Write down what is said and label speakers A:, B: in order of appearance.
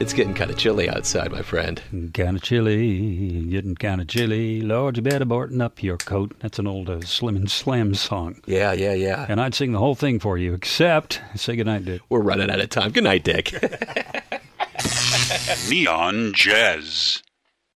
A: It's getting kind of chilly outside, my friend.
B: Kind of chilly, getting kind of chilly. Lord, you better button up your coat. That's an old uh, Slim and Slam song.
A: Yeah, yeah, yeah.
B: And I'd sing the whole thing for you, except say goodnight, Dick.
A: We're running out of time. Good night, Dick.
C: Neon Jazz.